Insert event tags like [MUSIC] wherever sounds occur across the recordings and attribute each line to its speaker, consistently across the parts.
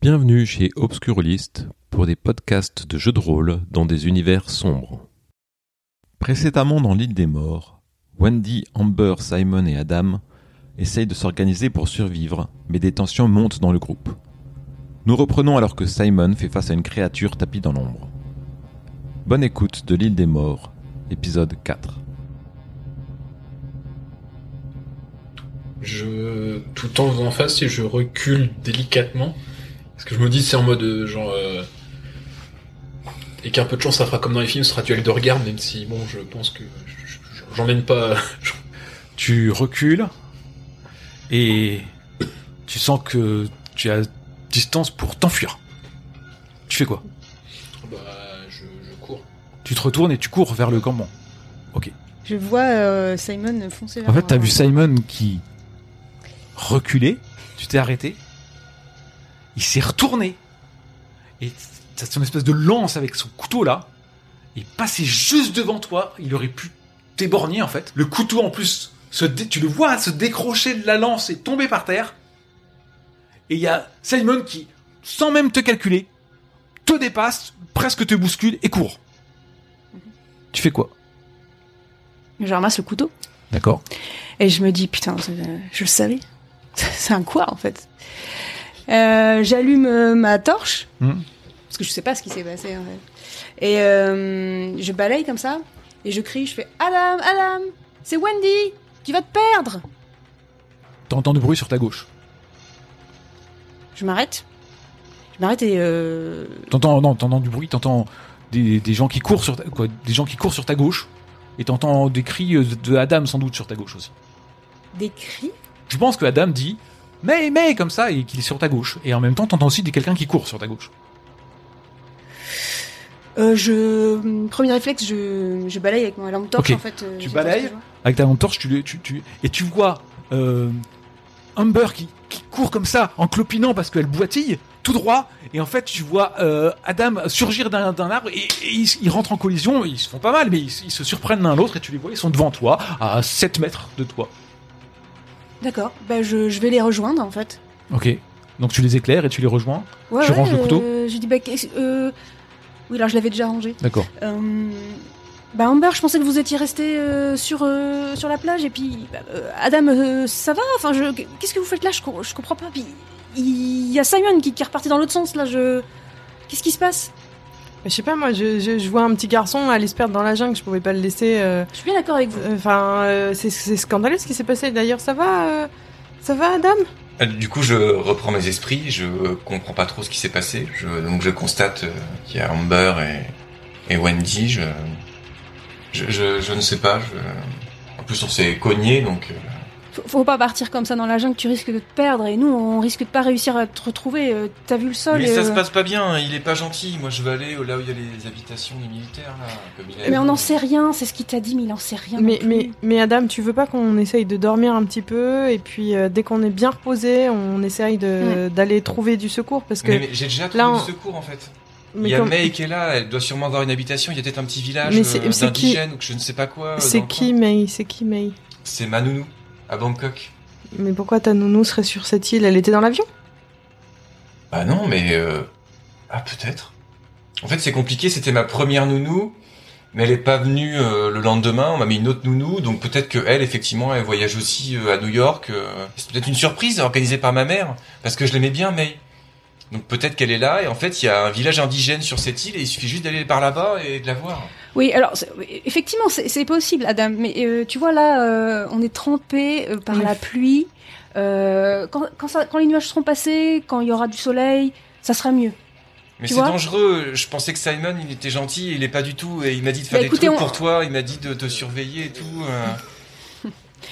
Speaker 1: Bienvenue chez Obscurlist pour des podcasts de jeux de rôle dans des univers sombres. Précédemment dans l'île des morts, Wendy, Amber, Simon et Adam essayent de s'organiser pour survivre, mais des tensions montent dans le groupe. Nous reprenons alors que Simon fait face à une créature tapie dans l'ombre. Bonne écoute de l'île des morts, épisode 4.
Speaker 2: je tout en faisant face et je recule délicatement parce que je me dis c'est en mode euh, genre euh, et qu'un peu de chance ça fera comme dans les films ce sera duel de regard même si bon je pense que je- je- je- j'emmène pas [LAUGHS]
Speaker 3: tu recules et tu sens que tu as distance pour t'enfuir. Tu fais quoi
Speaker 2: bah je, je cours
Speaker 3: Tu te retournes et tu cours vers le campement.
Speaker 4: Je vois euh, Simon foncer vers
Speaker 3: En fait,
Speaker 4: moi.
Speaker 3: t'as vu Simon qui reculait, tu t'es arrêté, il s'est retourné et t'as son espèce de lance avec son couteau là, il passait juste devant toi, il aurait pu t'éborgner en fait. Le couteau en plus, se dé- tu le vois se décrocher de la lance et tomber par terre. Et il y a Simon qui, sans même te calculer, te dépasse, presque te bouscule et court. Tu fais quoi
Speaker 5: Je ramasse le couteau
Speaker 3: D'accord.
Speaker 5: et je me dis putain, euh, je le savais. [LAUGHS] C'est un quoi en fait Euh, J'allume euh, ma torche
Speaker 3: Mhm.
Speaker 5: parce que je sais pas ce qui s'est passé en fait. Et euh, je balaye comme ça et je crie, je fais Adam, Adam, c'est Wendy, tu vas te perdre.
Speaker 3: T'entends du bruit sur ta gauche.
Speaker 5: Je m'arrête. Je m'arrête et euh,
Speaker 3: T'entends non, t'entends du bruit, t'entends des, des gens qui courent sur ta, quoi, des gens qui courent sur ta gauche et t'entends des cris euh, de Adam sans doute sur ta gauche aussi.
Speaker 5: des cris.
Speaker 3: Je pense que Adam dit mais mais comme ça et qu'il est sur ta gauche et en même temps t'entends aussi des quelqu'un qui court sur ta gauche.
Speaker 5: Euh, je premier réflexe, je, je balaye avec ma lampe torche
Speaker 3: Ok.
Speaker 5: en fait. euh,
Speaker 3: Tu
Speaker 5: j'ai pas
Speaker 3: balayes
Speaker 5: ce que je vois.
Speaker 3: Avec ta lampe torche tu, le- tu, tu et tu vois euh, Amber qui, qui court comme ça en clopinant parce qu'elle boitille tout droit et en fait tu vois euh, Adam surgir d'un d'un arbre et, et ils, ils rentrent en collision, ils se font pas mal mais ils, ils se surprennent l'un l'autre et tu les vois ils sont devant toi à 7 mètres de toi.
Speaker 5: D'accord. Bah je, je vais les rejoindre en fait.
Speaker 3: Ok. Donc tu les éclaires et tu les rejoins.
Speaker 5: Ouais,
Speaker 3: Tu
Speaker 5: ouais,
Speaker 3: ranges le couteau
Speaker 5: euh, J'ai dit, bah, qu'est-ce- euh... Oui, alors je l'avais déjà rangé.
Speaker 3: D'accord.
Speaker 5: Euh... Bah, Amber, je pensais que vous étiez resté sur, euh, sur la plage, et puis, bah, euh, Adam, euh, ça va Enfin, je... qu'est-ce que vous faites là je, com- je comprends pas. Puis, il y a Simon qui, qui est reparti dans l'autre sens, là, je... Qu'est-ce qui se passe
Speaker 6: Je sais pas, moi, je, je, je vois un petit garçon aller se perdre dans la jungle, je pouvais pas le laisser. euh,
Speaker 5: Je suis bien d'accord avec vous.
Speaker 6: euh, Enfin, euh, c'est- c'est scandaleux ce qui s'est passé. D'ailleurs, ça va euh, Ça va, Adam
Speaker 7: Euh, Du coup, je reprends mes esprits, je comprends pas trop ce qui s'est passé. Je, donc, je constate euh, qu'il y a Amber et, et Wendy. Je, je, je, je ne sais pas. Je, en plus, on s'est cognés, donc euh,
Speaker 5: Faut, faut pas partir comme ça dans la jungle, tu risques de te perdre, et nous, on risque de pas réussir à te retrouver. euh, T'as vu le sol
Speaker 7: Mais
Speaker 5: et,
Speaker 7: ça
Speaker 5: euh,
Speaker 7: se passe pas bien, hein. il est pas gentil. Moi, je vais aller là où il y a les habitations des militaires, là. Comme il a
Speaker 5: Mais on
Speaker 7: dit.
Speaker 5: n'en sait rien, c'est ce qu'il t'a dit, mais il en sait rien.
Speaker 6: mais,
Speaker 5: non plus.
Speaker 6: mais, mais Adam, tu veux pas qu'on essaye de dormir un petit peu, et puis euh, dès qu'on est bien reposé, on essaye de- d'aller trouver du secours, parce que.
Speaker 7: Mais, mais j'ai déjà trouvé
Speaker 6: là, on-
Speaker 7: du secours, en fait.
Speaker 6: mais
Speaker 7: il y a
Speaker 6: comme-
Speaker 7: May qui est là, elle doit sûrement avoir une habitation. Il y a peut-être un petit village
Speaker 6: Mais c'est-
Speaker 7: euh,
Speaker 6: c'est qui
Speaker 7: d'indigènes ou que je ne sais pas quoi. euh, dans
Speaker 6: C'est
Speaker 7: le
Speaker 6: qui,
Speaker 7: coin.
Speaker 6: May C'est qui, May
Speaker 7: C'est Manounou, à Bangkok.
Speaker 6: Mais pourquoi ta nounou serait sur cette île Elle était dans l'avion
Speaker 7: Bah non, mais... euh, Ah, peut-être. En fait, c'est compliqué, c'était ma première nounou, mais elle est pas venue euh, le lendemain, on m'a mis une autre nounou, donc peut-être que elle, effectivement, elle voyage aussi euh, à New York. euh, C'est peut-être une surprise organisée par ma mère, parce que je l'aimais bien, mais... Donc peut-être qu'elle est là, et en fait, il y a un village indigène sur cette île, et il suffit juste d'aller par là-bas et de la voir.
Speaker 5: Oui, alors c'est- effectivement, c'est c'est possible, Adam. Mais euh, tu vois là, euh, on est trempé euh, par
Speaker 6: Oui.
Speaker 5: la pluie. Euh, quand, quand, ça- quand les nuages seront passés, quand il y aura du soleil, ça sera mieux.
Speaker 7: Mais
Speaker 5: Tu
Speaker 7: c'est
Speaker 5: vois
Speaker 7: dangereux, je pensais que Simon, il était gentil, il est pas du tout, et il m'a dit de faire
Speaker 5: Bah,
Speaker 7: des
Speaker 5: écoutez,
Speaker 7: trucs
Speaker 5: on-
Speaker 7: pour toi, il m'a dit de te surveiller et tout... euh,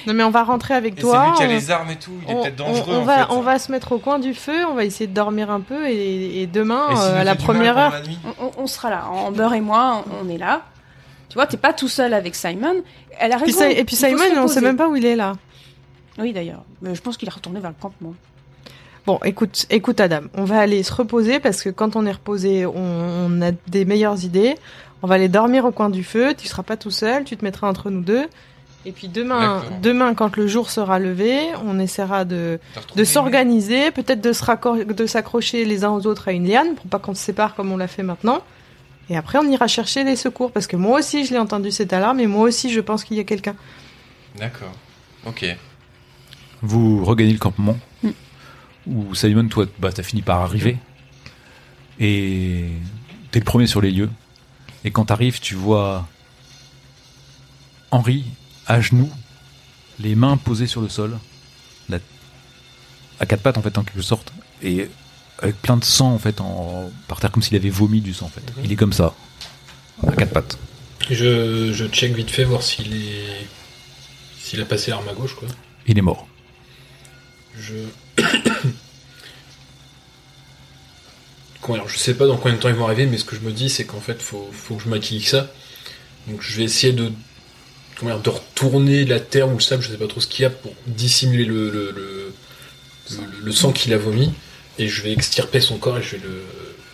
Speaker 6: Non, mais on va rentrer avec
Speaker 7: Et c'est
Speaker 6: toi.
Speaker 7: lui qui a
Speaker 6: on-
Speaker 7: les armes et tout, il est peut-être dangereux
Speaker 6: on
Speaker 7: en
Speaker 6: va,
Speaker 7: fait.
Speaker 6: on va se mettre au coin du feu, on va essayer de dormir un peu et, et demain,
Speaker 7: Et s'il
Speaker 6: euh,
Speaker 7: nous
Speaker 6: à la
Speaker 7: fait du mal
Speaker 6: première
Speaker 7: pendant
Speaker 6: heure.
Speaker 7: la nuit
Speaker 5: On, on- on sera là. Amber et moi, on, on est là. Tu vois, t'es pas tout seul avec Simon. Elle a
Speaker 6: Puis
Speaker 5: raison.
Speaker 6: Si- et puis
Speaker 5: Ah, il faut
Speaker 6: Simon,
Speaker 5: se
Speaker 6: on sait
Speaker 5: reposer.
Speaker 6: même pas où il est là.
Speaker 5: Oui, d'ailleurs. Mais Je pense qu'il est retourné vers le campement.
Speaker 6: Bon, écoute, écoute Adam, on va aller se reposer parce que quand on est reposé, on, on a des meilleures idées. On va aller dormir au coin du feu, tu seras pas tout seul, tu te mettras entre nous deux. Et puis demain,
Speaker 7: D'accord.
Speaker 6: demain, quand le jour sera levé, on essaiera de,
Speaker 7: T'as retrouvé
Speaker 6: de s'organiser, peut-être de se raccor- de s'accrocher les uns aux autres à une liane pour pas qu'on se sépare comme on l'a fait maintenant. Et après, on ira chercher les secours parce que moi aussi, je l'ai entendu cette alarme et moi aussi, je pense qu'il y a quelqu'un.
Speaker 7: une- D'accord. Ok.
Speaker 3: Vous regagnez le campement.
Speaker 4: Mm.
Speaker 3: Où Simon, toi, bah, t'as fini par arriver. Et t'es le premier sur les lieux. Et quand t'arrives, tu vois Henri à genoux, les mains posées sur le sol, la- à quatre pattes en fait en quelque sorte, et avec plein de sang en fait en... par terre comme s'il avait vomi du sang en fait. Il est comme ça, à quatre pattes.
Speaker 2: Je, je check vite fait voir s'il est. S'il a passé l'arme à gauche, quoi.
Speaker 3: Il est mort.
Speaker 2: Je. Comment dire, je sais pas dans combien de temps ils vont arriver, mais ce que je me dis, c'est qu'en fait, faut, faut que je maquille ça. Donc, je vais essayer de. Comment dire, de retourner la terre ou le sable, je sais pas trop ce qu'il y a, pour dissimuler le, le, le, le- le sang qu'il a vomi. Et je vais extirper son corps et je vais le.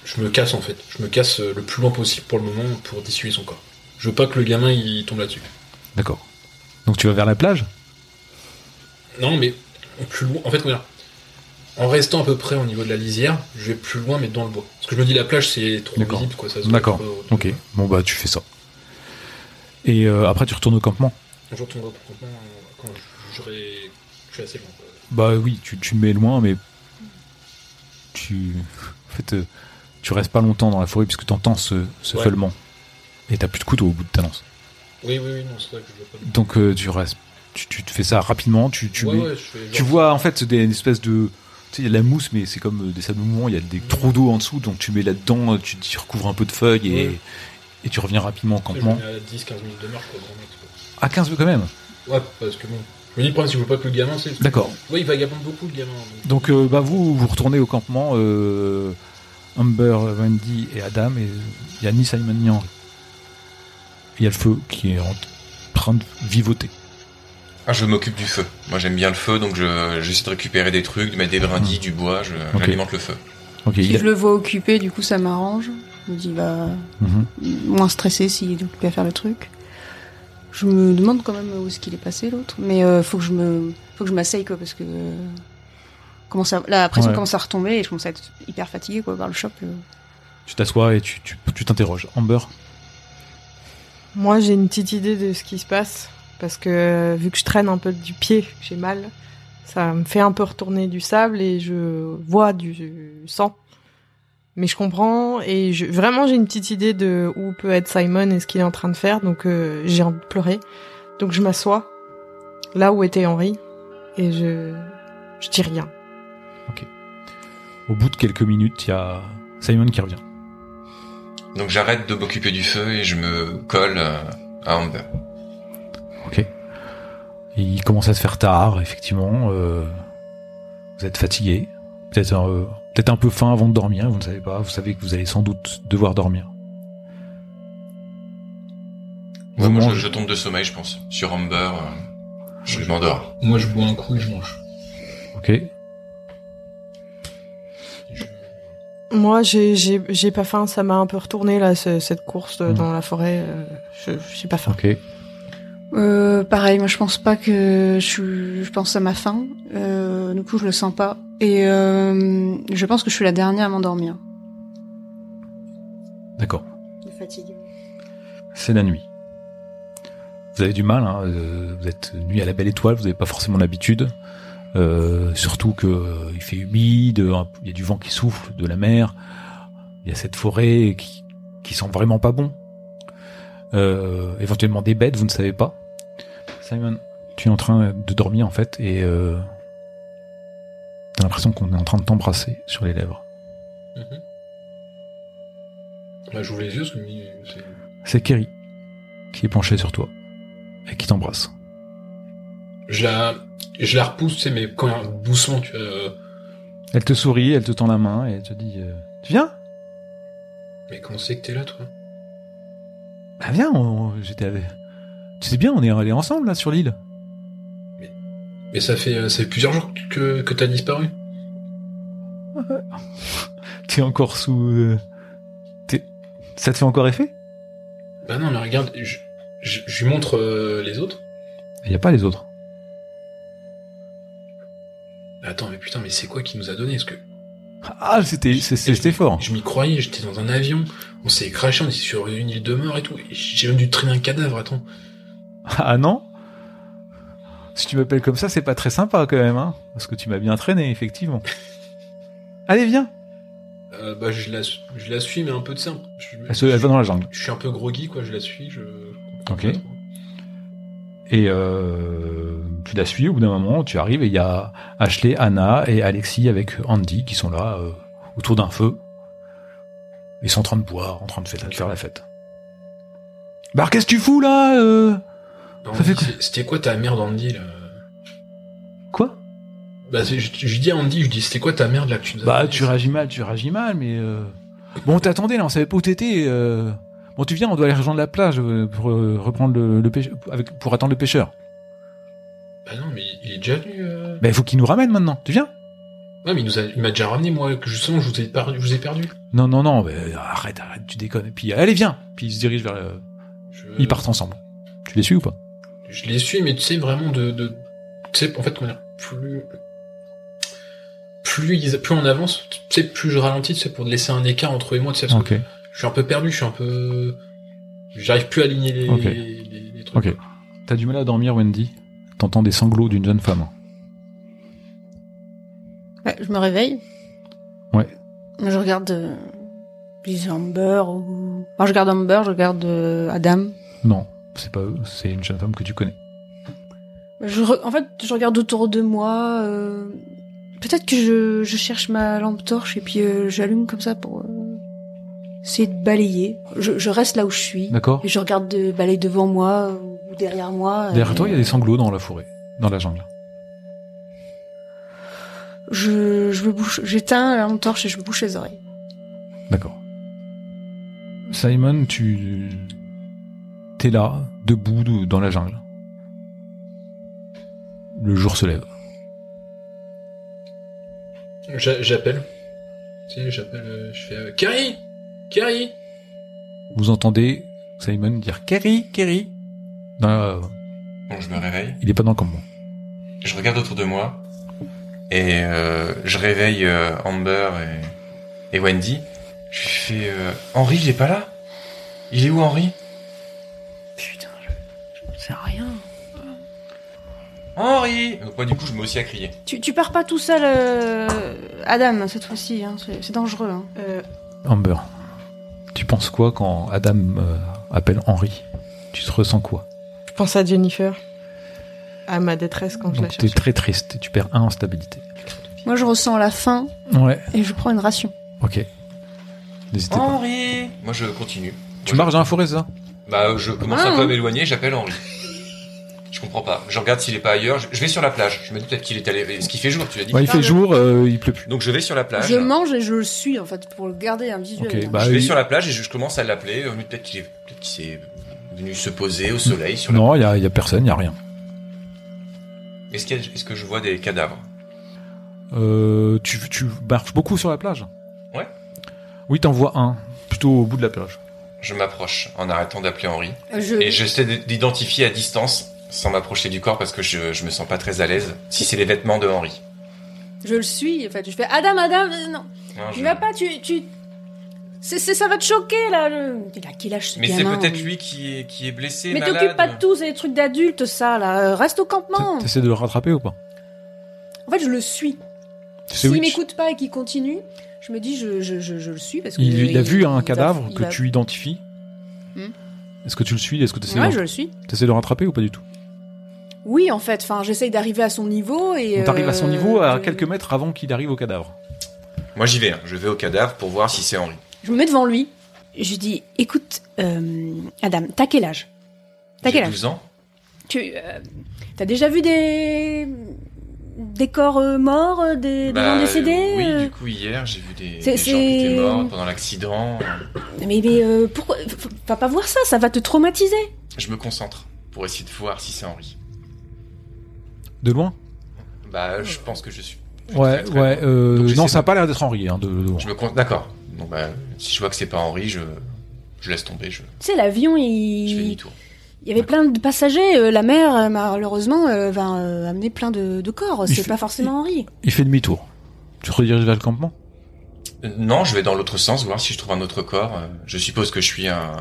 Speaker 2: Je me casse en fait. Je me casse euh, le plus loin possible pour le moment pour dissimuler son corps. Je veux pas que le gamin il tombe là-dessus.
Speaker 3: D'accord. Donc tu vas vers la plage
Speaker 2: Non, mais plus loin. En fait, comment dire En restant à peu près au niveau de la lisière, je vais plus loin, mais dans le bois. Parce que je me dis, la plage, c'est trop
Speaker 3: D'accord.
Speaker 2: visible, quoi. Ça se voit
Speaker 3: D'accord.
Speaker 2: pas au-
Speaker 3: Ok. Bon bah tu fais ça. Et euh, après tu retournes au campement.
Speaker 2: Je retournerai au campement euh, quand je- j'aurai. Je suis assez loin, quoi.
Speaker 3: Bah oui, tu, tu le mets loin, mais tu en fait euh, tu restes pas longtemps dans la forêt puisque t'entends ce, ce
Speaker 2: Ouais.
Speaker 3: feulement et t'as plus de couteau au bout de ta lance.
Speaker 2: Oui, oui, oui, non, c'est vrai que je veux pas.
Speaker 3: Donc euh, tu restes, tu, tu te fais ça rapidement. Tu tu
Speaker 2: ouais,
Speaker 3: mets-
Speaker 2: ouais, je fais genre-
Speaker 3: tu vois en fait des espèces de tu sais, il y a de la mousse, mais c'est comme euh, des sables mouvants, il y a des trous d'eau en dessous, donc tu mets là-dedans, euh, tu, tu recouvres un peu de feuilles et,
Speaker 2: Ouais.
Speaker 3: et tu reviens rapidement au
Speaker 2: Je
Speaker 3: campement.
Speaker 2: mets à 10-15 euh, minutes de marche, quoi, grand max, quoi.
Speaker 3: À 15 quand même
Speaker 2: Ouais, parce que bon. Je me dis, le problème, si je veux pas que le gamin, c'est.
Speaker 3: D'accord.
Speaker 2: Ouais, il vagabonde beaucoup, le gamin. donc.
Speaker 3: Donc euh, bah, vous, vous retournez au campement, euh, Amber, Wendy et Adam, et il n'y a ni Simon ni Henry. Il y a le feu qui est en train de vivoter.
Speaker 7: Ah, je m'occupe du feu. Moi, j'aime bien le feu, donc je- j'essaie de récupérer des trucs, de mettre des brindilles, du bois, je- j'alimente le feu.
Speaker 3: Ok,
Speaker 8: Si
Speaker 3: il a-
Speaker 8: je le vois occupé, du coup, ça m'arrange. Je me dis, bah,
Speaker 3: Mhm.
Speaker 8: moins stressé s'il est occupé à faire le truc. Je me demande quand même où est-ce qu'il est passé, l'autre. Mais euh, faut que je me, faut que je m'asseye, quoi, parce que euh, commence à, la pression
Speaker 3: Ouais.
Speaker 8: commence à retomber et je commence à être hyper fatiguée, quoi, par le choc. euh.
Speaker 3: Tu t'assois et tu tu- tu t'interroges. Amber
Speaker 6: Moi, j'ai une petite idée de ce qui se passe parce que euh, vu que je traîne un peu du pied, j'ai mal. Ça me fait un peu retourner du sable et je vois du sang. Mais je comprends et je, vraiment j'ai une petite idée de où peut être Simon et ce qu'il est en train de faire, donc euh, j'ai envie de pleurer. Donc je m'assois là où était Henri et je je dis rien.
Speaker 3: Au bout de quelques minutes, il y a Simon qui revient.
Speaker 7: Donc j'arrête de m'occuper du feu et je me colle euh, à Amber.
Speaker 3: Ok. Et il commence à se faire tard, effectivement. euh, vous êtes fatigué. Peut-être un, euh, peut-être un peu faim avant de dormir, vous ne savez pas. Vous savez que vous allez sans doute devoir dormir. Vous
Speaker 7: Ouais, moi, je-
Speaker 3: mangez.
Speaker 7: je, tombe de sommeil, je pense. Sur Amber, euh, je m'endors.
Speaker 2: Moi, je bois un coup et je mange.
Speaker 3: Ok.
Speaker 2: Je-
Speaker 6: Moi, j'ai- j'ai j'ai pas faim, ça m'a un peu retourné là ce- cette course euh,
Speaker 3: Mm.
Speaker 6: dans la forêt. euh, je j'ai pas faim.
Speaker 3: Ok.
Speaker 8: Euh, pareil, moi je pense pas que je, suis- je pense à ma faim. Euh, du coup, je le sens pas. Et euh, je pense que je suis la dernière à m'endormir.
Speaker 3: D'accord.
Speaker 8: De fatigue.
Speaker 3: C'est la nuit. Vous avez du mal. hein, euh, vous êtes nuit à la belle étoile. Vous n'avez pas forcément l'habitude. Euh, surtout que euh, il fait humide. un- Il y a du vent qui souffle de la mer. Il y a cette forêt qui, qui sent vraiment pas bon. Euh, éventuellement des bêtes, vous ne savez pas. Simon, tu es en train de dormir en fait et euh, t'as l'impression qu'on est en train de t'embrasser sur les lèvres.
Speaker 2: Mhm. Bah, j'ouvre les yeux, parce que c'est.
Speaker 3: C'est Kerry qui est penché sur toi et qui t'embrasse.
Speaker 2: Je la, je la repousse, tu sais, mais quand même doucement, tu vois. euh,
Speaker 3: Elle te sourit, elle te tend la main et elle te dit euh, Tu viens
Speaker 2: Mais comment c'est que t'es là, toi
Speaker 3: Bah viens, on- j'étais avec. Tu sais bien, on est allés ensemble là sur l'île.
Speaker 2: Mais ça fait, euh, ça fait plusieurs jours que, que t'as disparu.
Speaker 3: T'es encore sous. euh, t'es- Ça te fait encore effet
Speaker 2: Bah non, mais regarde, je, je, je lui montre euh, les autres.
Speaker 1: Il n'y a pas les autres.
Speaker 2: Bah Attends, mais putain, mais c'est quoi qui nous a donné Parce que
Speaker 1: Ah, c'était c'est- c'est- c'était fort.
Speaker 2: je m'y croyais, j'étais dans un avion, on s'est craché, on est sur une île de mort et tout. et J'ai même dû traîner un cadavre, attends.
Speaker 3: Ah non Si tu m'appelles comme ça, c'est pas très sympa quand même, hein Parce que tu m'as bien traîné, effectivement. Allez, viens
Speaker 2: Euh, bah, je la, su- je la suis, mais un peu de ça. Je,
Speaker 3: elle, se- elle va dans la jungle.
Speaker 2: je suis un peu groggy, quoi, je la suis, je.
Speaker 3: Ok. Et euh, tu la suis, au bout d'un moment, tu arrives et il y a Ashley, Anna et Alexis avec Andy qui sont là, euh, autour d'un feu. Ils sont en train de boire, en train de, fêter- de faire la fête. Bah, alors, qu'est-ce que tu fous là euh
Speaker 2: Non,
Speaker 3: Ça fait quoi
Speaker 2: c'est- Bah, C'était quoi ta merde, Andy, là
Speaker 3: Quoi
Speaker 2: Bah, c'est- je, je dis à Andy, je dis, c'était quoi ta merde, là, que tu nous as
Speaker 3: Bah,
Speaker 2: donné,
Speaker 3: tu réagis mal, tu réagis mal, mais. euh, Bon, on t'attendait, là, on savait pas où t'étais. euh, Bon, tu viens, on doit aller rejoindre la plage euh, pour euh, reprendre le, le pêche- avec, pour attendre le pêcheur.
Speaker 2: Bah non, mais il est déjà venu. euh.
Speaker 3: Bah, il faut qu'il nous ramène maintenant, tu viens
Speaker 2: Ouais, mais il nous a- il m'a déjà ramené, moi, que justement, je vous ai perdu. Je vous ai perdu.
Speaker 3: Non, non, non, bah, arrête, arrête, tu déconnes. Et puis, allez, viens Puis ils se dirigent vers. euh, le-
Speaker 2: Je-
Speaker 3: Ils partent ensemble. Tu les suis ou pas
Speaker 2: Je les suis, mais tu sais, vraiment, de. de- tu sais, en fait, comment dire, plus. Plus, ils- plus on avance, tu sais, plus je ralentis, tu sais, pour laisser un écart entre eux et moi, tu sais, parce que
Speaker 3: Ok.
Speaker 2: je suis un peu perdu, je suis un peu. J'arrive plus à aligner les,
Speaker 3: Ok.
Speaker 2: les- les- les trucs.
Speaker 3: Ok. T'as du mal à dormir, Wendy T'entends des sanglots d'une jeune femme.
Speaker 8: Bah,
Speaker 4: Ouais, je me réveille.
Speaker 8: Je regarde. Euh, les Amber ou. Enfin, je regarde Amber, je regarde euh, Adam.
Speaker 3: Non, c'est pas eux, c'est une jeune femme que tu connais.
Speaker 8: Je re- En fait, je regarde autour de moi. euh, Peut-être que je... je cherche ma lampe torche et puis euh, j'allume comme ça pour euh, essayer de balayer. Je... je reste là où je suis.
Speaker 3: D'accord
Speaker 8: Et je regarde de balayer devant moi euh, ou derrière moi. euh,
Speaker 3: Derrière toi, il y a des sanglots dans la forêt, dans la jungle.
Speaker 8: Je, je me bouche, j'éteins la lampe torche et je me bouche les oreilles.
Speaker 3: D'accord. Simon, tu. T'es là, debout de- dans la jungle. Le jour se lève.
Speaker 2: J'a- J'appelle. Tu sais, j'appelle, euh, je fais. euh, Carrie Carrie
Speaker 3: Vous entendez Simon dire Kerry, Kerry. Dans la-
Speaker 7: Bon, je me réveille.
Speaker 3: Il est pas dans le campement.
Speaker 7: Je regarde autour de moi et euh, je réveille euh, Amber et, et Wendy. Je lui fais euh, Henri, il est pas là Il est où Henri
Speaker 8: Putain, je, je sais rien.
Speaker 7: Henri Donc moi du coup je me mets aussi à crier.
Speaker 8: Tu, tu pars pas tout seul, euh, Adam, cette fois-ci. Hein, c'est c'est dangereux. Hein.
Speaker 6: Euh,
Speaker 3: Amber, tu penses quoi quand Adam euh, appelle Henri Tu te ressens quoi
Speaker 6: je pense à Jennifer. À ma détresse quand je la
Speaker 3: Donc t'es
Speaker 6: cherche.
Speaker 3: très triste, et tu perds un en stabilité.
Speaker 8: Moi, je ressens la faim
Speaker 3: Ouais,
Speaker 8: et je prends une ration.
Speaker 3: ok. N'hésitez
Speaker 7: Oh.
Speaker 3: pas.
Speaker 7: Henri Moi je continue.
Speaker 3: Tu
Speaker 7: Moi,
Speaker 3: marches dans la forêt, c'est ça
Speaker 7: je- Bah je commence un peu à m'éloigner, j'appelle Henri. Je comprends pas. Je regarde s'il est pas ailleurs. Je, je vais sur la plage. Je me dis peut-être qu'il est allé. Ce qui fait jour, tu l'as dit.
Speaker 3: Ouais, il fait jour, euh, il pleut plus.
Speaker 7: Donc je vais sur la plage.
Speaker 8: Je mange et je le suis en fait pour le garder un visuel.
Speaker 3: Ok,
Speaker 8: hein.
Speaker 3: bah,
Speaker 7: je vais
Speaker 3: il-
Speaker 7: sur la plage et je, je commence à l'appeler. Euh, mais Peut-être qu'il est, peut-être qu'il s'est venu se poser au soleil sur la
Speaker 3: Non, il y a, il y a personne, il y a rien.
Speaker 7: Est-ce, qu'il y a- est-ce que je vois des cadavres
Speaker 3: Euh, tu, tu marches beaucoup sur la plage
Speaker 7: Ouais.
Speaker 3: Oui, t'en vois un, plutôt au bout de la plage.
Speaker 7: Je m'approche en arrêtant d'appeler Henri.
Speaker 8: Euh, Je-
Speaker 7: Et j'essaie d- d'identifier à distance, sans m'approcher du corps parce que je, je me sens pas très à l'aise, si c'est les vêtements de Henri.
Speaker 8: Je le suis, en fait. Je fais Adam, Adam, euh, non,
Speaker 7: Hein,
Speaker 8: tu
Speaker 7: je-
Speaker 8: vas pas, tu. tu... c'est c'est- ça va te choquer là. Le... Il a quel âge ce
Speaker 7: Mais c'est
Speaker 8: gamin
Speaker 7: peut-être lui qui est, qui est blessé,
Speaker 8: Mais
Speaker 7: malade.
Speaker 8: t'occupes pas de tout, c'est des trucs d'adultes ça là. Euh, Reste au campement.
Speaker 3: T'a- T'essaies de le rattraper ou pas
Speaker 8: En fait, je le suis.
Speaker 3: Tu sais où
Speaker 8: S'il
Speaker 3: il-
Speaker 8: m'écoute pas et qu'il continue, je me dis je, je, je, je le suis parce que.
Speaker 3: il, il a vu un
Speaker 8: il
Speaker 3: cadavre
Speaker 8: il
Speaker 3: que
Speaker 8: va-
Speaker 3: tu identifies.
Speaker 8: Hmm.
Speaker 3: Est-ce que tu le suis Est-ce que t'essaies
Speaker 8: Ouais,
Speaker 3: de...
Speaker 8: je le suis.
Speaker 3: t'essaies de le rattraper ou pas du tout
Speaker 8: Oui, en fait. Enfin, j'essaye d'arriver à son niveau et.
Speaker 3: On t'arrive à son niveau
Speaker 8: euh,
Speaker 3: à
Speaker 8: de-
Speaker 3: quelques mètres avant qu'il arrive au cadavre.
Speaker 7: Moi j'y vais, hein. je vais au cadavre pour voir si c'est Henri.
Speaker 8: Je me mets devant lui. Je dis, écoute, euh, Adam, t'as quel âge T'as
Speaker 7: J'ai
Speaker 8: quel âge
Speaker 7: 12 ans
Speaker 8: Tu euh, t'as déjà vu des des corps euh, morts, euh, des, des
Speaker 7: Bah,
Speaker 8: gens décédés
Speaker 7: Oui,
Speaker 8: euh,
Speaker 7: du coup hier j'ai vu des,
Speaker 8: C'est-
Speaker 7: des gens qui étaient
Speaker 8: c'est-
Speaker 7: morts pendant l'accident.
Speaker 8: Mais mais euh, pourquoi F- va pas voir ça, ça va te traumatiser.
Speaker 7: Je me concentre pour essayer de voir si c'est Henri.
Speaker 3: De loin
Speaker 7: Bah je pense que je suis. je suis
Speaker 3: Ouais,
Speaker 7: très, très
Speaker 3: ouais.
Speaker 7: loin.
Speaker 3: euh,
Speaker 7: Donc, j'essaie
Speaker 3: non, ça
Speaker 7: de-
Speaker 3: n'a pas l'air d'être Henri. Hein, de, de loin.
Speaker 7: Je me compte, d'accord. Donc bah si je vois que c'est pas Henri, je, je laisse tomber, je,
Speaker 8: Tu sais l'avion
Speaker 7: je fais
Speaker 8: il
Speaker 7: demi-tour.
Speaker 5: Il y avait plein de passagers. euh, la mer, euh, malheureusement, euh, va euh, amener plein de, de corps.
Speaker 3: Il
Speaker 5: C'est
Speaker 3: fait-
Speaker 5: pas forcément Henri.
Speaker 3: Il fait demi-tour. Tu te rediriges vers le campement
Speaker 7: Euh, Non, je vais dans l'autre sens, voir si je trouve un autre corps. Euh, Je suppose que je suis à un,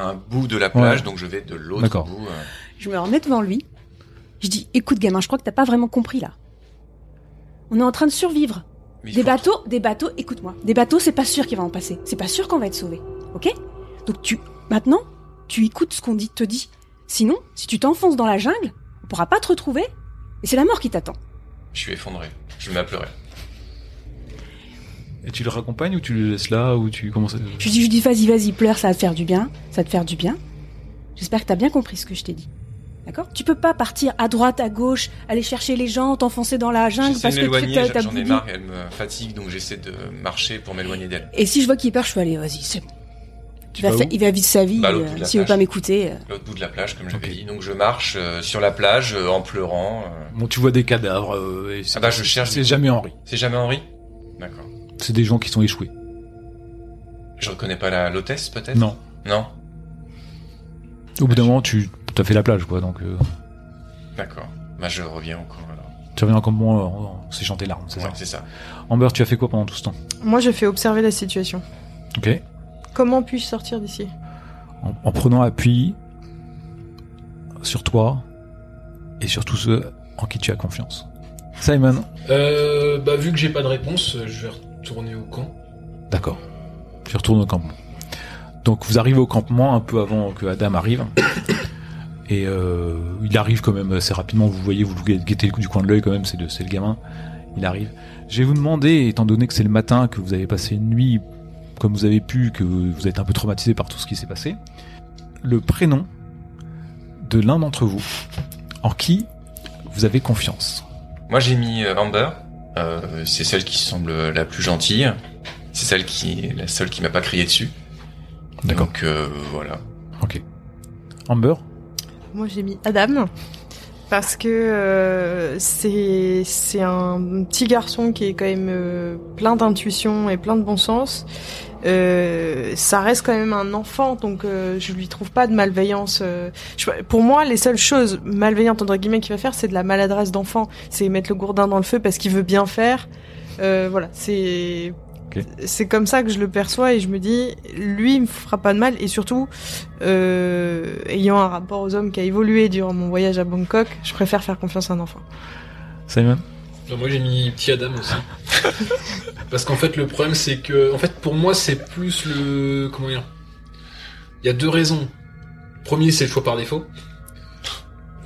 Speaker 7: à un bout de la plage,
Speaker 3: Ouais.
Speaker 7: donc je vais de l'autre
Speaker 3: D'accord.
Speaker 7: bout. euh.
Speaker 5: Je me remets devant lui. Je dis, écoute, gamin, je crois que t'as pas vraiment compris là. On est en train de survivre.
Speaker 7: Mais il
Speaker 5: Des
Speaker 7: faut-
Speaker 5: bateaux, des bateaux, écoute-moi. Des bateaux, c'est pas sûr qu'il va en passer. C'est pas sûr qu'on va être sauvé. Ok Donc tu, maintenant, tu écoutes ce qu'on dit, te dit. Sinon, si tu t'enfonces dans la jungle, on pourra pas te retrouver. Et c'est la mort qui t'attend.
Speaker 7: Je suis effondré. Je mets à pleurer.
Speaker 3: Et tu le raccompagnes ou tu le laisses là ou tu commences à-
Speaker 5: Je lui dis, je lui dis, vas-y, vas-y, pleure, ça va te faire du bien, ça va te faire du bien. J'espère que t'as bien compris ce que je t'ai dit. D'accord Tu peux pas partir à droite, à gauche, aller chercher les gens, t'enfoncer dans la jungle
Speaker 7: J'essaie
Speaker 5: parce
Speaker 7: de
Speaker 5: que tu t'as
Speaker 7: m'éloigner,
Speaker 5: t'as
Speaker 7: j'en ai
Speaker 5: bougé.
Speaker 7: marre, elle me fatigue, donc j'essaie de marcher pour m'éloigner d'elle.
Speaker 5: Et si je vois qu'il perd, je fais, allez, vas-y, c'est bon. Il
Speaker 3: vas
Speaker 5: va,
Speaker 3: où
Speaker 5: fa- il va vivre sa vie,
Speaker 7: Bah, à l'autre bout de
Speaker 5: euh,
Speaker 7: la
Speaker 5: s'il veut
Speaker 7: plage.
Speaker 5: pas m'écouter. euh.
Speaker 7: L'autre bout de la plage, comme j'avais
Speaker 3: Ok.
Speaker 7: dit. Donc je marche euh, sur la plage euh, en pleurant. euh.
Speaker 3: Bon, tu vois des cadavres. euh, et c'est-
Speaker 7: Ah bah, je cherche.
Speaker 3: C'est jamais Henri.
Speaker 7: C'est jamais Henri D'accord.
Speaker 3: C'est des gens qui sont échoués.
Speaker 7: Je reconnais pas la l'hôtesse peut-être
Speaker 3: Non.
Speaker 7: Non
Speaker 3: Au bout d'un moment, tu as fait la plage, quoi. Donc, euh,
Speaker 7: D'accord. Bah je reviens encore alors.
Speaker 3: tu reviens au campement, euh, on s'est chanté larmes, c'est
Speaker 7: Ouais,
Speaker 3: ça.
Speaker 7: c'est ça.
Speaker 3: Amber, tu as fait quoi pendant tout ce temps
Speaker 6: Moi, je fais observer la situation.
Speaker 3: Ok.
Speaker 6: Comment puis-je sortir d'ici
Speaker 3: en, en prenant appui sur toi et sur tous ceux en qui tu as confiance. Simon,
Speaker 2: Euh, bah, vu que j'ai pas de réponse, euh, je vais retourner au camp.
Speaker 3: d'accord. Tu retournes au campement. Donc vous arrivez au campement un peu avant que Adam arrive. [COUGHS] Et euh, il arrive quand même assez rapidement. Vous voyez, vous le guettez du coin de l'œil quand même, c'est le, c'est le gamin. Il arrive. Je vais vous demander, étant donné que c'est le matin, que vous avez passé une nuit comme vous avez pu, que vous êtes un peu traumatisé par tout ce qui s'est passé, le prénom de l'un d'entre vous en qui vous avez confiance.
Speaker 7: Moi j'ai mis euh, Amber. Euh, c'est celle qui semble la plus gentille. C'est celle qui est la seule qui m'a pas crié dessus. Donc euh, voilà.
Speaker 3: Ok. Amber
Speaker 6: Moi, j'ai mis Adam. Parce que euh, c'est c'est un petit garçon qui est quand même euh, plein d'intuition et plein de bon sens. Euh, ça reste quand même un enfant, donc euh, je lui trouve pas de malveillance. euh. Je- pour moi, les seules choses malveillantes entre guillemets qu'il va faire, c'est de la maladresse d'enfant. C'est mettre le gourdin dans le feu parce qu'il veut bien faire. Euh, voilà, c'est
Speaker 3: Ok.
Speaker 6: c'est comme ça que je le perçois et je me dis, lui, il me fera pas de mal et surtout, euh, ayant un rapport aux hommes qui a évolué durant mon voyage à Bangkok, je préfère faire confiance à un enfant.
Speaker 3: Simon
Speaker 2: Non, moi j'ai mis petit Adam aussi. Parce qu'en fait le problème c'est que en fait pour moi c'est plus le comment dire. Il y a deux raisons. Premier c'est le choix par défaut.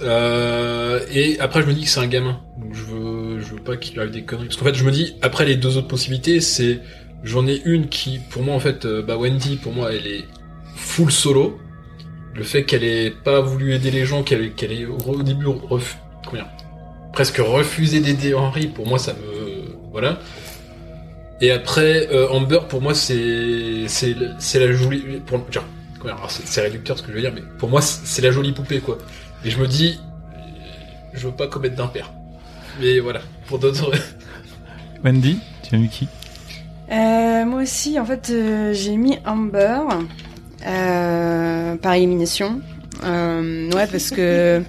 Speaker 2: Euh, et après je me dis que c'est un gamin. Donc je veux je veux pas qu'il arrive des conneries. Parce qu'en fait je me dis après les deux autres possibilités c'est j'en ai une qui pour moi en fait euh, bah Wendy pour moi elle est full solo. Le fait qu'elle ait pas voulu aider les gens, qu'elle qu'elle ait au au début ref, comment dire, presque refusé d'aider Henry, pour moi, ça me. Voilà. Et après, euh, Amber, pour moi, c'est. C'est le- c'est la jolie. Pour, genre, comment dire, alors, c'est c'est réducteur ce que je veux dire, mais pour moi, c'est c'est la jolie poupée, quoi. Et je me dis. euh, Je veux pas commettre d'impair. Mais voilà, pour d'autres.
Speaker 3: Wendy Tu as mis qui
Speaker 8: Euh, moi aussi, en fait, euh, j'ai mis Amber euh, par élimination.
Speaker 5: Euh, ouais, parce [LAUGHS] que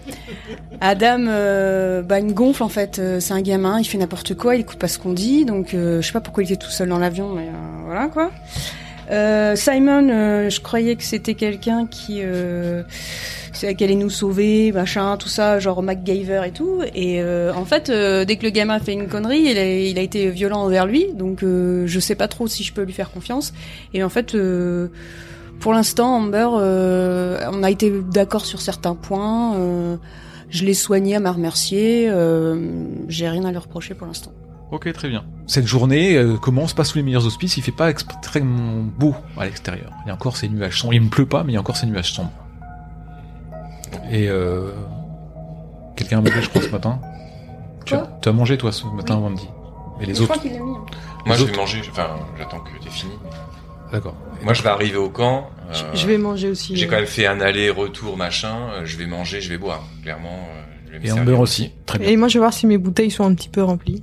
Speaker 5: Adam, euh, bah, il me gonfle en fait. Euh, C'est un gamin, il fait n'importe quoi, il écoute pas ce qu'on dit. Donc, euh, je sais pas pourquoi il était tout seul dans l'avion, mais euh, voilà quoi. Euh, Simon, euh, je croyais que c'était quelqu'un qui, euh, c'est- qui allait nous sauver, machin, tout ça, genre MacGyver et tout. Et euh, en fait, euh, dès que le gamin a fait une connerie, il a, il a été violent envers lui. Donc, euh, je sais pas trop si je peux lui faire confiance. Et en fait. Euh, pour l'instant, Amber, euh, on a été d'accord sur certains points. euh, je l'ai soignée, à m'a remercié. euh, J'ai rien à lui reprocher pour l'instant.
Speaker 1: [LAUGHS] Ok, très bien.
Speaker 3: Cette journée euh, commence pas sous les meilleurs auspices, il fait pas extrêmement beau à l'extérieur. Il y a encore ces nuages sombres. Il ne pleut pas, mais il y a encore ces nuages sombres. Et euh, quelqu'un a mangé, je crois, ce matin. Tu as, tu as mangé, toi, ce matin, Wendy Et les autres
Speaker 8: qu'il l'a mis. hein.
Speaker 3: Les
Speaker 7: Moi je vais
Speaker 3: autres
Speaker 7: manger, enfin j'attends que t'aies fini.
Speaker 3: D'accord.
Speaker 7: Moi je vais arriver au camp. euh,
Speaker 6: Je, je vais manger aussi.
Speaker 7: J'ai
Speaker 6: euh,
Speaker 7: quand même fait un aller-retour machin. euh, Je vais manger, je vais boire. Clairement. euh, je vais me
Speaker 3: Et
Speaker 7: servir.
Speaker 3: Amber aussi. Très bien.
Speaker 6: Et moi, je vais voir si mes bouteilles sont un petit peu remplies.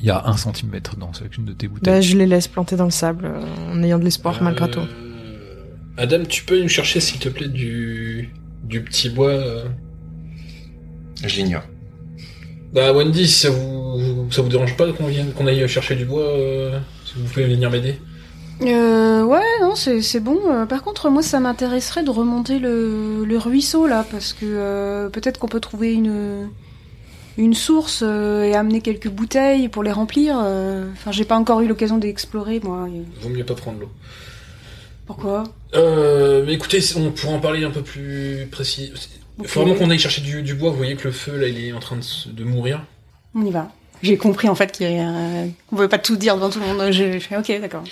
Speaker 3: Il y a un centimètre dans chacune de tes bouteilles.
Speaker 6: Bah, je les laisse planter dans le sable euh, en ayant de l'espoir malgré tout.
Speaker 2: Euh, Adam, tu peux nous chercher, s'il te plaît, du. du petit bois euh.
Speaker 7: Je l'ignore.
Speaker 2: Bah Wendy, ça vous ça vous dérange pas qu'on vienne qu'on aille chercher du bois euh, Si vous pouvez venir m'aider
Speaker 8: Euh, ouais, non, c'est c'est bon. Euh, Par contre, moi, ça m'intéresserait de remonter le, le ruisseau, là, parce que euh, peut-être qu'on peut trouver une, une source euh, et amener quelques bouteilles pour les remplir. euh. Enfin, j'ai pas encore eu l'occasion d'explorer, moi. et-
Speaker 2: Vaut mieux pas prendre l'eau.
Speaker 8: Pourquoi
Speaker 2: Euh, mais écoutez, on pourra en parler un peu plus précis. Il faut
Speaker 8: Ok.
Speaker 2: vraiment qu'on aille chercher du, du bois. Vous voyez que le feu là, il est en train de, se- de mourir.
Speaker 8: On y va. J'ai compris, en fait, qu'il y a, euh, qu'on pouvait pas tout dire devant tout le monde. Je, je fais, ok, d'accord.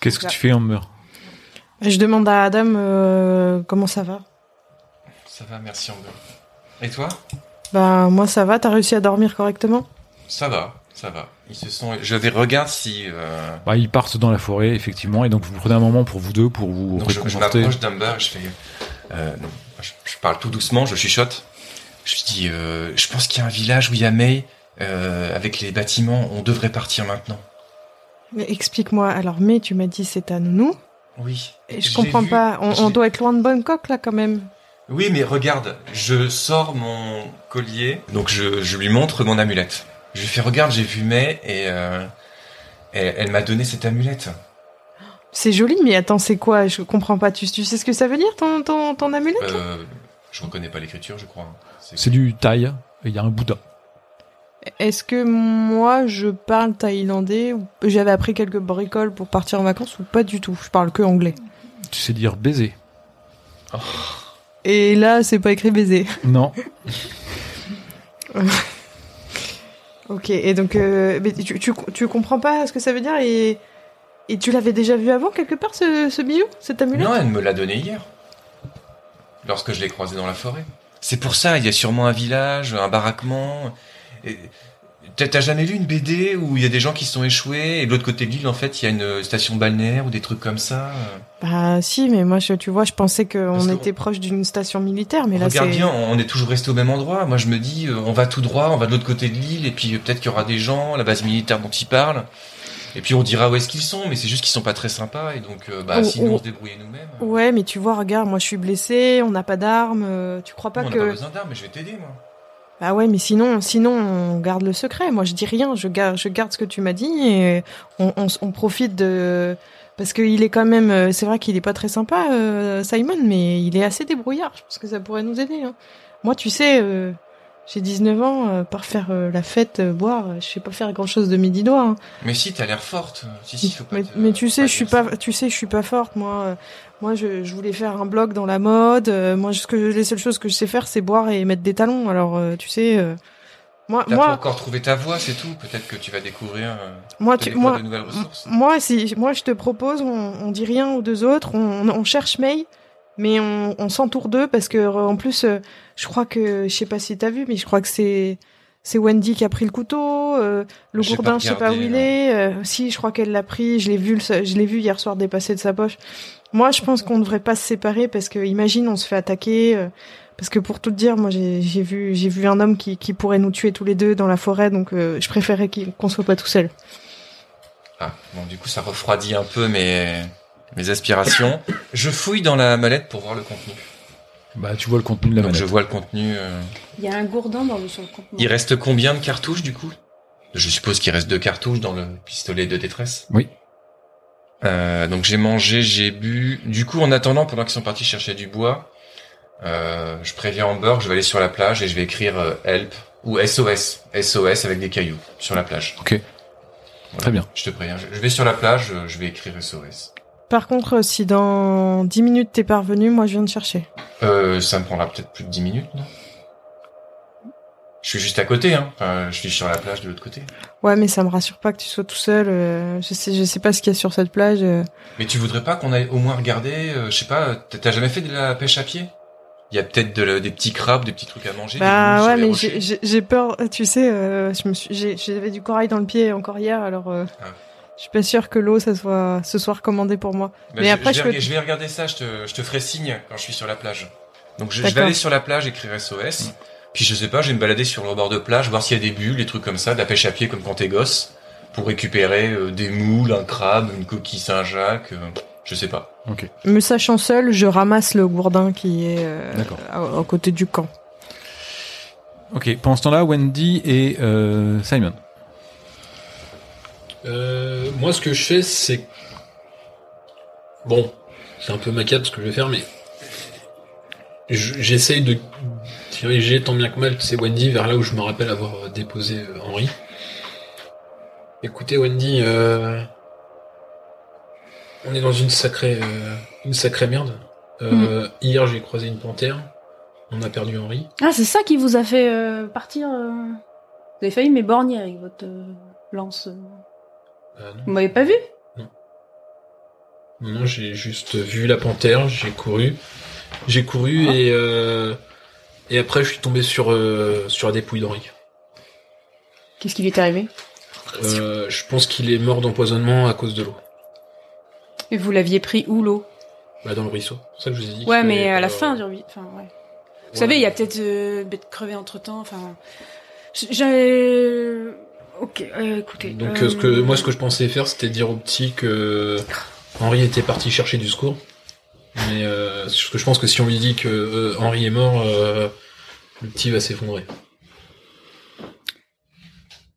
Speaker 3: Qu'est-ce que tu fais en meurt
Speaker 6: Je demande à Adam euh, comment ça va.
Speaker 7: Ça va, merci Amber. Et toi
Speaker 6: Bah moi ça va, t'as réussi à dormir correctement
Speaker 7: Ça va, ça va. Ils se sont. Je vais regarder si. euh,
Speaker 3: bah, Ils partent dans la forêt, effectivement, et donc vous prenez un moment pour vous deux, pour vous
Speaker 7: Donc je, je
Speaker 3: réconforter.
Speaker 7: m'approche d'Amber, je fais. euh, non, je, je parle tout doucement, je chuchote. Je lui dis, euh, je pense qu'il y a un village où il y a May. euh, avec les bâtiments, on devrait partir maintenant.
Speaker 6: Mais explique-moi, alors mais tu m'as dit c'est à nounou
Speaker 7: Oui.
Speaker 6: et je
Speaker 7: l'ai
Speaker 6: comprends
Speaker 7: vu,
Speaker 6: pas, on,
Speaker 7: je
Speaker 6: on
Speaker 7: l'ai-
Speaker 6: doit être loin de Bangkok là quand même.
Speaker 7: Oui, mais regarde, je sors mon collier. Donc je, je lui montre mon amulette. Je lui fais, regarde, j'ai vu May et euh, elle, elle m'a donné cette amulette.
Speaker 6: C'est joli mais attends c'est quoi Je comprends pas, tu, tu sais ce que ça veut dire ton, ton, ton amulette là
Speaker 7: Euh, je reconnais pas l'écriture, je crois. C'est-
Speaker 3: C'est du taille, et il y a un Bouddha.
Speaker 6: Est-ce que moi je parle thaïlandais ou j'avais appris quelques bricoles pour partir en vacances ou pas du tout Je parle que anglais.
Speaker 3: Tu sais dire baiser
Speaker 6: Et là c'est pas écrit baiser.
Speaker 3: Non.
Speaker 6: Ok, et donc euh, mais tu, tu, tu comprends pas ce que ça veut dire et, et tu l'avais déjà vu avant quelque part ce, ce bijou, cette amulette
Speaker 7: Non, elle me l'a donné hier. Lorsque je l'ai croisée dans la forêt. C'est pour ça, il y a sûrement un village, un baraquement. Et- T'as t'as jamais lu une BD où il y a des gens qui se sont échoués et de l'autre côté de l'île, en fait, il y a une station balnéaire ou des trucs comme ça euh.
Speaker 6: Bah si, mais moi je, tu vois, je pensais
Speaker 7: Parce
Speaker 6: qu'on
Speaker 7: que-
Speaker 6: était proche d'une station militaire, mais là
Speaker 7: Regarde
Speaker 6: c'est...
Speaker 7: bien, on est toujours resté au même endroit. Moi, je me dis, euh, on va tout droit, on va de l'autre côté de l'île et puis euh, peut-être qu'il y aura des gens, la base militaire dont ils parlent. Et puis on dira où est-ce qu'ils sont, mais c'est juste qu'ils sont pas très sympas et donc euh, bah,
Speaker 6: Oh,
Speaker 7: sinon
Speaker 6: oh.
Speaker 7: on se débrouillait nous-mêmes.
Speaker 6: Ouais, mais tu vois, regarde, moi je suis blessée, on n'a pas d'armes, euh, tu crois pas
Speaker 7: Nous, on n'a
Speaker 6: que...
Speaker 7: pas besoin d'armes, mais je vais t'aider moi.
Speaker 6: Bah ouais, mais sinon, sinon on garde le secret, moi je dis rien, je garde, je garde ce que tu m'as dit et on, on, s- on profite de... Parce qu'il est quand même... euh, C'est vrai qu'il est pas très sympa, euh, Simon, mais il est assez débrouillard, je pense que ça pourrait nous aider. hein. Moi, tu sais, euh, j'ai 19 ans, euh, par faire euh, la fête, euh, boire, euh, je sais pas faire grand-chose de mes dix doigts. hein.
Speaker 7: Mais si, t'as l'air forte. Si, si, faut pas
Speaker 6: mais,
Speaker 7: te-
Speaker 6: mais tu sais, je suis
Speaker 7: dire ça.
Speaker 6: pas, tu sais, je suis pas forte, moi. Euh, Moi, je, je voulais faire un blog dans la mode. Euh, Moi, ce que, les seules choses que je sais faire, c'est boire et mettre des talons. Alors, euh, tu sais, euh, moi,
Speaker 7: T'as pas
Speaker 6: moi,
Speaker 7: encore trouvé ta voix, c'est tout. Peut-être que tu vas découvrir euh,
Speaker 6: moi,
Speaker 7: tu
Speaker 6: Ah, tu,
Speaker 7: découvres
Speaker 6: moi,
Speaker 7: de nouvelles ressources.
Speaker 6: moi, si, moi, je te propose, on, on dit rien aux deux autres, on, on cherche May, mais on, on s'entoure d'eux parce que, euh, en plus, euh, je crois que, je sais pas si t'as vu, mais je crois que c'est, c'est Wendy qui a pris le couteau, euh, le
Speaker 7: J'ai pas
Speaker 6: gourdin, je sais pas où
Speaker 7: regardé,
Speaker 6: il
Speaker 7: là.
Speaker 6: est. euh, si, je crois qu'elle l'a pris, je l'ai vu, le so- je l'ai vu hier soir dépasser de sa poche. Moi, je pense qu'on devrait pas se séparer parce que, imagine, on se fait attaquer. euh, parce que pour tout te dire, moi j'ai j'ai vu j'ai vu un homme qui, qui pourrait nous tuer tous les deux dans la forêt, donc euh, je préférais qu'il- qu'on soit pas tout seul.
Speaker 7: Ah, bon, du coup, ça refroidit un peu mes, mes aspirations. je fouille dans la mallette pour voir le contenu.
Speaker 3: Bah, tu vois le contenu de la
Speaker 7: Donc, je
Speaker 3: manette.
Speaker 7: vois le contenu. euh,
Speaker 5: Il y a un gourdin dans le son
Speaker 7: Il reste combien de cartouches, du coup Je suppose qu'il reste deux cartouches dans le pistolet de détresse.
Speaker 3: Oui.
Speaker 7: Euh, donc, j'ai mangé, j'ai bu. Du coup, en attendant, pendant qu'ils sont partis chercher du bois, euh, je préviens Amber, je vais aller sur la plage et je vais écrire euh, Help ou SOS. SOS avec des cailloux sur la plage.
Speaker 3: Ok.
Speaker 7: Voilà.
Speaker 3: Très bien.
Speaker 7: Je te préviens. Je- Je vais sur la plage, euh, je vais écrire SOS.
Speaker 6: Par contre, si dans 10 minutes t'es parvenu, moi je viens te chercher.
Speaker 7: Euh, ça me prendra peut-être plus de 10 minutes, non Je suis juste à côté, hein. Enfin, je suis sur la plage de l'autre côté.
Speaker 6: Ouais, mais ça me rassure pas que tu sois tout seul. euh, je sais, je sais pas ce qu'il y a sur cette plage. euh.
Speaker 7: Mais tu voudrais pas qu'on aille au moins regarder, euh, je sais pas, t'as t'as jamais fait de la pêche à pied Il y a peut-être de la- des petits crabes, des petits trucs à manger. des mouches
Speaker 6: Bah
Speaker 7: sur
Speaker 6: ouais,
Speaker 7: les
Speaker 6: mais
Speaker 7: rochers.
Speaker 6: j'ai- j'ai j'ai peur. Tu sais, euh, je me suis, j'ai- j'avais du corail dans le pied encore hier, alors euh,
Speaker 7: Ah.
Speaker 6: je suis pas sûre que l'eau ça soit ce soir commandée pour moi.
Speaker 7: Bah,
Speaker 6: mais
Speaker 7: je-
Speaker 6: après,
Speaker 7: je,
Speaker 6: je
Speaker 7: vais,
Speaker 6: peux-
Speaker 7: je vais regarder ça. Je te, je te ferai signe quand je suis sur la plage. Donc je, je vais
Speaker 6: D'accord. Mm.
Speaker 7: aller sur la plage, écrire SOS. Puis je sais pas, je vais me balader sur le bord de plage, voir s'il y a des bulles, des trucs comme ça, de la pêche à pied comme quand t'es gosse, pour récupérer euh, des moules, un crabe, une coquille Saint-Jacques. euh, Je sais pas.
Speaker 3: Ok.
Speaker 6: Me sachant seul, je ramasse le gourdin qui est euh,
Speaker 3: D'accord.
Speaker 6: à, à côté du camp.
Speaker 3: Ok. Pendant ce temps-là, Wendy et euh, Simon.
Speaker 2: Euh, moi, ce que je fais, c'est. Bon, c'est un peu macabre ce que je vais faire, mais. je- J'essaye de diriger tant bien que mal, c'est Wendy, vers là où je me rappelle avoir euh, déposé euh, Henri. Écoutez, Wendy, euh, on est dans une sacrée, euh, une sacrée merde. Euh, Hier, j'ai croisé une panthère. On a perdu Henri.
Speaker 5: Ah, c'est ça qui vous a fait euh, partir. euh. Vous avez failli m'éborgner avec votre euh, lance. euh.
Speaker 2: Euh, non.
Speaker 5: Vous m'avez pas vu
Speaker 2: Non, j'ai juste vu la panthère, j'ai couru. J'ai couru
Speaker 5: Ah.
Speaker 2: et euh, et après je suis tombé sur euh, sur la dépouille d'Henri.
Speaker 5: Qu'est-ce qui lui est arrivé
Speaker 2: Euh, je pense qu'il est mort d'empoisonnement à cause de l'eau.
Speaker 5: Et vous l'aviez pris où l'eau
Speaker 2: Bah dans le ruisseau. C'est ça que je vous ai dit.
Speaker 5: Ouais,
Speaker 2: que,
Speaker 5: mais à la
Speaker 2: euh,
Speaker 5: fin du revi- Enfin, ouais. Vous
Speaker 2: Ouais.
Speaker 5: savez, il y a peut-être euh, bête crevée entre temps. Enfin, j- j'ai. Ok, euh, écoutez.
Speaker 2: Donc
Speaker 5: euh,
Speaker 2: euh, ce que moi ce que je pensais faire c'était dire au petit que Henri était parti chercher du secours. Mais euh, ce que je pense que si on lui dit que euh, Henri est mort, euh, le petit va s'effondrer.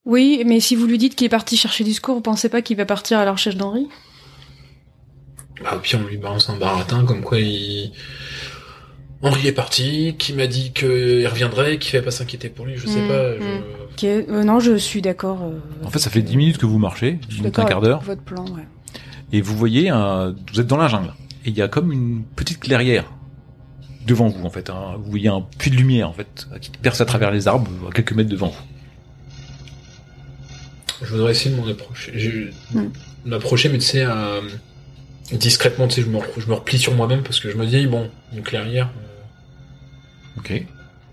Speaker 5: Oui, mais si vous lui dites qu'il est parti chercher du secours, vous pensez pas qu'il va partir à la recherche d'Henri
Speaker 2: Bah, au pire, on lui balance un baratin, comme quoi il... Henri est parti, qui m'a dit qu'il reviendrait, qu'il fallait pas s'inquiéter pour lui, je sais
Speaker 5: Mm,
Speaker 2: pas. je-
Speaker 5: mm. Ok, euh, non, je suis d'accord. euh,
Speaker 3: En fait, ça fait 10 minutes que vous marchez,
Speaker 5: je suis
Speaker 3: donc
Speaker 5: d'accord
Speaker 3: un quart
Speaker 5: avec
Speaker 3: d'heure,
Speaker 5: Votre plan, ouais.
Speaker 3: et vous voyez, un... vous êtes dans la jungle, et il y a comme une petite clairière devant vous, en fait. hein. Vous voyez un puits de lumière, en fait, qui perce à travers les arbres, à quelques mètres devant vous.
Speaker 2: Je voudrais essayer de m'en approcher. je-
Speaker 5: Mm.
Speaker 2: M'approcher, mais tu sais, à- discrètement, tu sais, je me, re- je me replie sur moi-même parce que je me dis, bon, une clairière.
Speaker 3: Ok.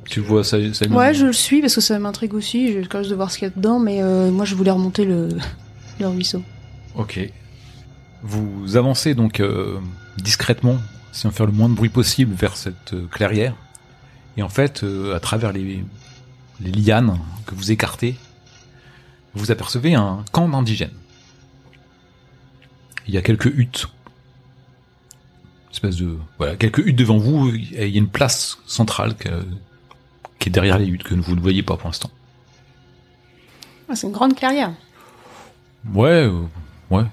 Speaker 3: Tu vois ça, Simon
Speaker 5: Ouais, je le suis parce que ça m'intrigue aussi. J'ai curieux de voir ce qu'il y a dedans, mais euh, moi, je voulais remonter
Speaker 8: [LAUGHS]
Speaker 5: le, le ruisseau.
Speaker 3: Ok. Vous avancez donc euh, discrètement, sans faire le moins de bruit possible, vers cette euh, clairière. Et en fait, euh, à travers les, les lianes que vous écartez, vous apercevez un camp d'indigènes. Il y a quelques huttes. Une Espèce de voilà, quelques huttes devant vous. et Il y a une place centrale que- qui est derrière les huttes que vous ne voyez pas pour l'instant.
Speaker 5: Ah, c'est une grande clairière.
Speaker 3: Ouais, euh, ouais.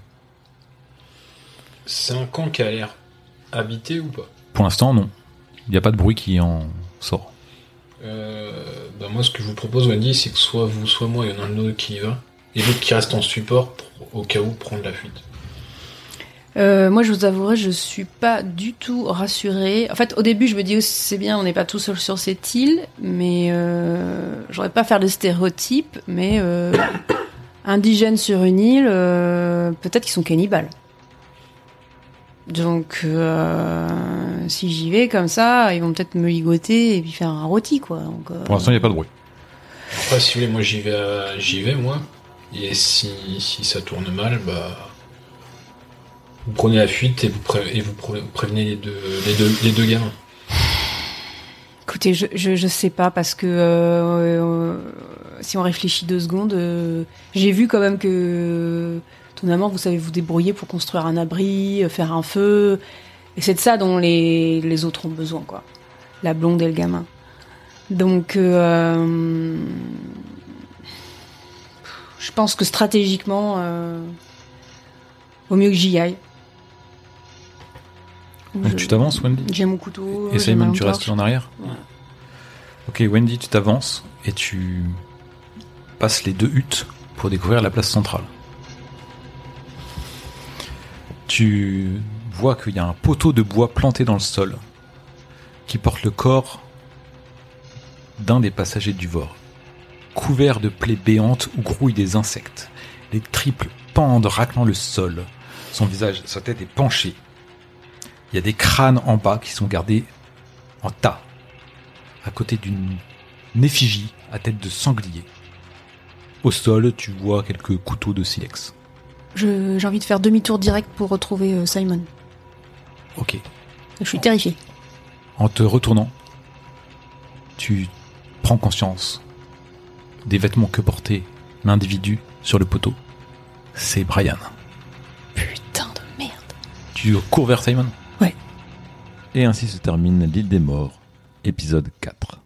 Speaker 2: C'est un camp qui a l'air habité ou pas
Speaker 3: Pour l'instant, non. Il n'y a pas de bruit qui en sort.
Speaker 2: Euh, bah, moi, ce que je vous propose, Wendy, c'est que soit vous, soit moi, il y en a un de nous qui y va, et l'autre qui reste en support pour- au cas où prendre la fuite.
Speaker 5: Euh, moi, je vous avouerai, je suis pas du tout rassurée. En fait, au début, je me dis, oh, c'est bien, on n'est pas tout seul sur cette île, mais euh, j'aurais pas faire de stéréotypes, mais euh, [COUGHS] indigènes sur une île, euh, peut-être qu'ils sont cannibales. Donc, euh, si j'y vais comme ça, ils vont peut-être me ligoter et puis faire un rôti, quoi. Donc, euh,
Speaker 3: Pour l'instant, il n'y a pas de bruit.
Speaker 2: Après, si vous voulez, moi j'y vais, à- j'y vais moi. Et si, si ça tourne mal, bah. Vous prenez la fuite et vous, pré- et vous pré- prévenez les deux, les, deux, les deux gamins.
Speaker 5: Écoutez, je, je, je sais pas parce que euh, euh, si on réfléchit deux secondes, euh, j'ai vu quand même que étonnamment vous savez vous débrouiller pour construire un abri, euh, faire un feu, et c'est de ça dont les, les autres ont besoin quoi. La blonde et le gamin. Donc euh, je pense que stratégiquement, euh, vaut mieux que j'y aille.
Speaker 3: Donc,
Speaker 5: Je-
Speaker 3: tu t'avances, Wendy
Speaker 5: J'ai mon couteau.
Speaker 3: Et
Speaker 5: j'ai ma
Speaker 3: Simon, tu
Speaker 5: lampe
Speaker 3: restes en
Speaker 5: torche.
Speaker 3: arrière
Speaker 5: Ouais.
Speaker 3: Ok, Wendy, tu t'avances et tu passes les deux huttes pour découvrir la place centrale. Tu vois qu'il y a un poteau de bois planté dans le sol qui porte le corps d'un des passagers du Vor, couvert de plaies béantes où grouillent des insectes. Les triples pendent raclant le sol. Son visage, sa tête est penchée. Il y a des crânes en bas qui sont gardés en tas, à côté d'une effigie à tête de sanglier. Au sol, tu vois quelques couteaux de silex.
Speaker 5: Je- J'ai envie de faire demi-tour direct pour retrouver euh, Simon.
Speaker 3: Ok.
Speaker 5: Je suis terrifiée.
Speaker 3: En te retournant, tu prends conscience des vêtements que portait l'individu sur le poteau. C'est Brian.
Speaker 5: Putain de merde.
Speaker 3: Tu tu cours vers Simon
Speaker 1: Et ainsi se termine L'île des morts, épisode 4.